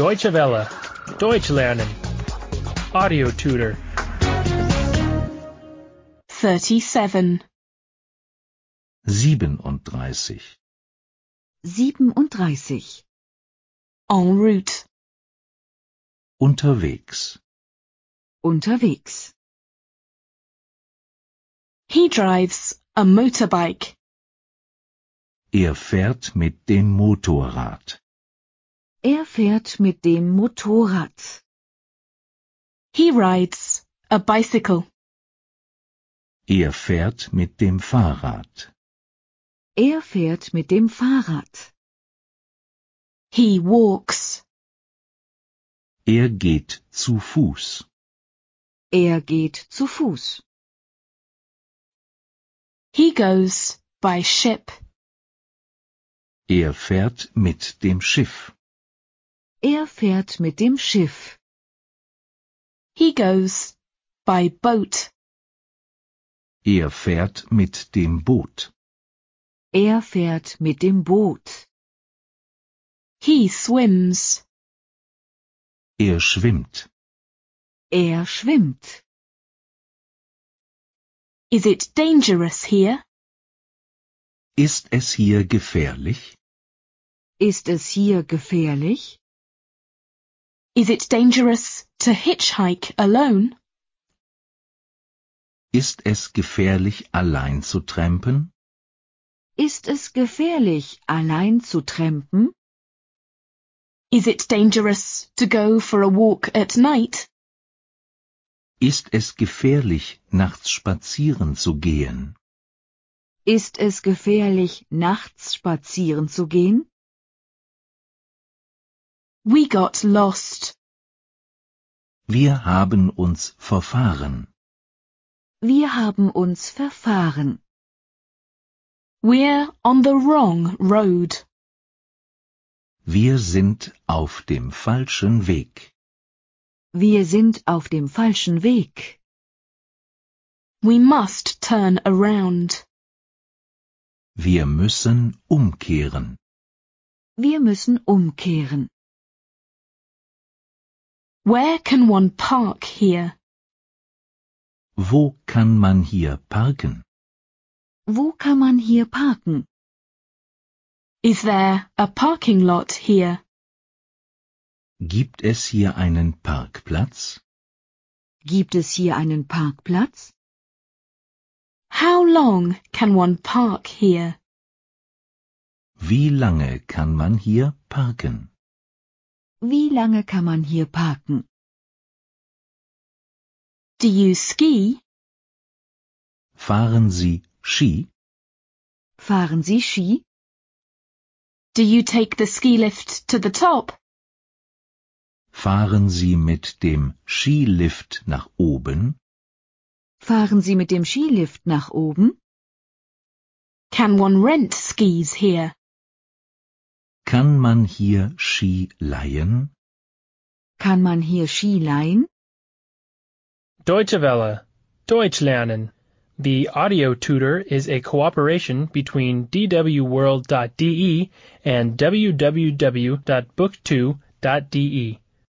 Deutsche Welle. Deutsch lernen. Audio tutor. 37. 37. 37. En route. Unterwegs. Unterwegs. He drives a motorbike. Er fährt mit dem Motorrad. Er fährt mit dem Motorrad. He rides a bicycle. Er fährt mit dem Fahrrad. Er fährt mit dem Fahrrad. He walks. Er geht zu Fuß. Er geht zu Fuß. He goes by ship. Er fährt mit dem Schiff. Er fährt mit dem Schiff. He goes by boat. Er fährt mit dem Boot. Er fährt mit dem Boot. He swims. Er schwimmt. Er schwimmt. Is it dangerous here? Ist es hier gefährlich? Ist es hier gefährlich? Is it dangerous to hitchhike alone? Ist es gefährlich, allein zu trampen? Ist es gefährlich, allein zu trampen? Is it dangerous to go for a walk at night? Ist es gefährlich, nachts spazieren zu gehen? Ist es gefährlich, nachts spazieren zu gehen? We got lost. Wir haben uns verfahren. Wir haben uns verfahren. We're on the wrong road. Wir sind auf dem falschen Weg. Wir sind auf dem falschen Weg. We must turn around. Wir müssen umkehren. Wir müssen umkehren. Where can one park here? Wo kann man hier parken? Wo kann man hier parken? Is there a parking lot here? Gibt es hier einen Parkplatz? Gibt es hier einen Parkplatz? How long can one park here? Wie lange kann man hier parken? Wie lange kann man hier parken? Do you ski? Fahren Sie Ski? Fahren Sie Ski? Do you take the ski lift to the top? Fahren Sie mit dem Skilift nach oben? Fahren Sie mit dem Skilift nach oben? Can one rent skis here? Kann man hier Ski leihen? Kann man hier Ski leihen? Deutsche Welle. Deutsch lernen. The audio tutor is a cooperation between E dwworld.de and www.book2.de.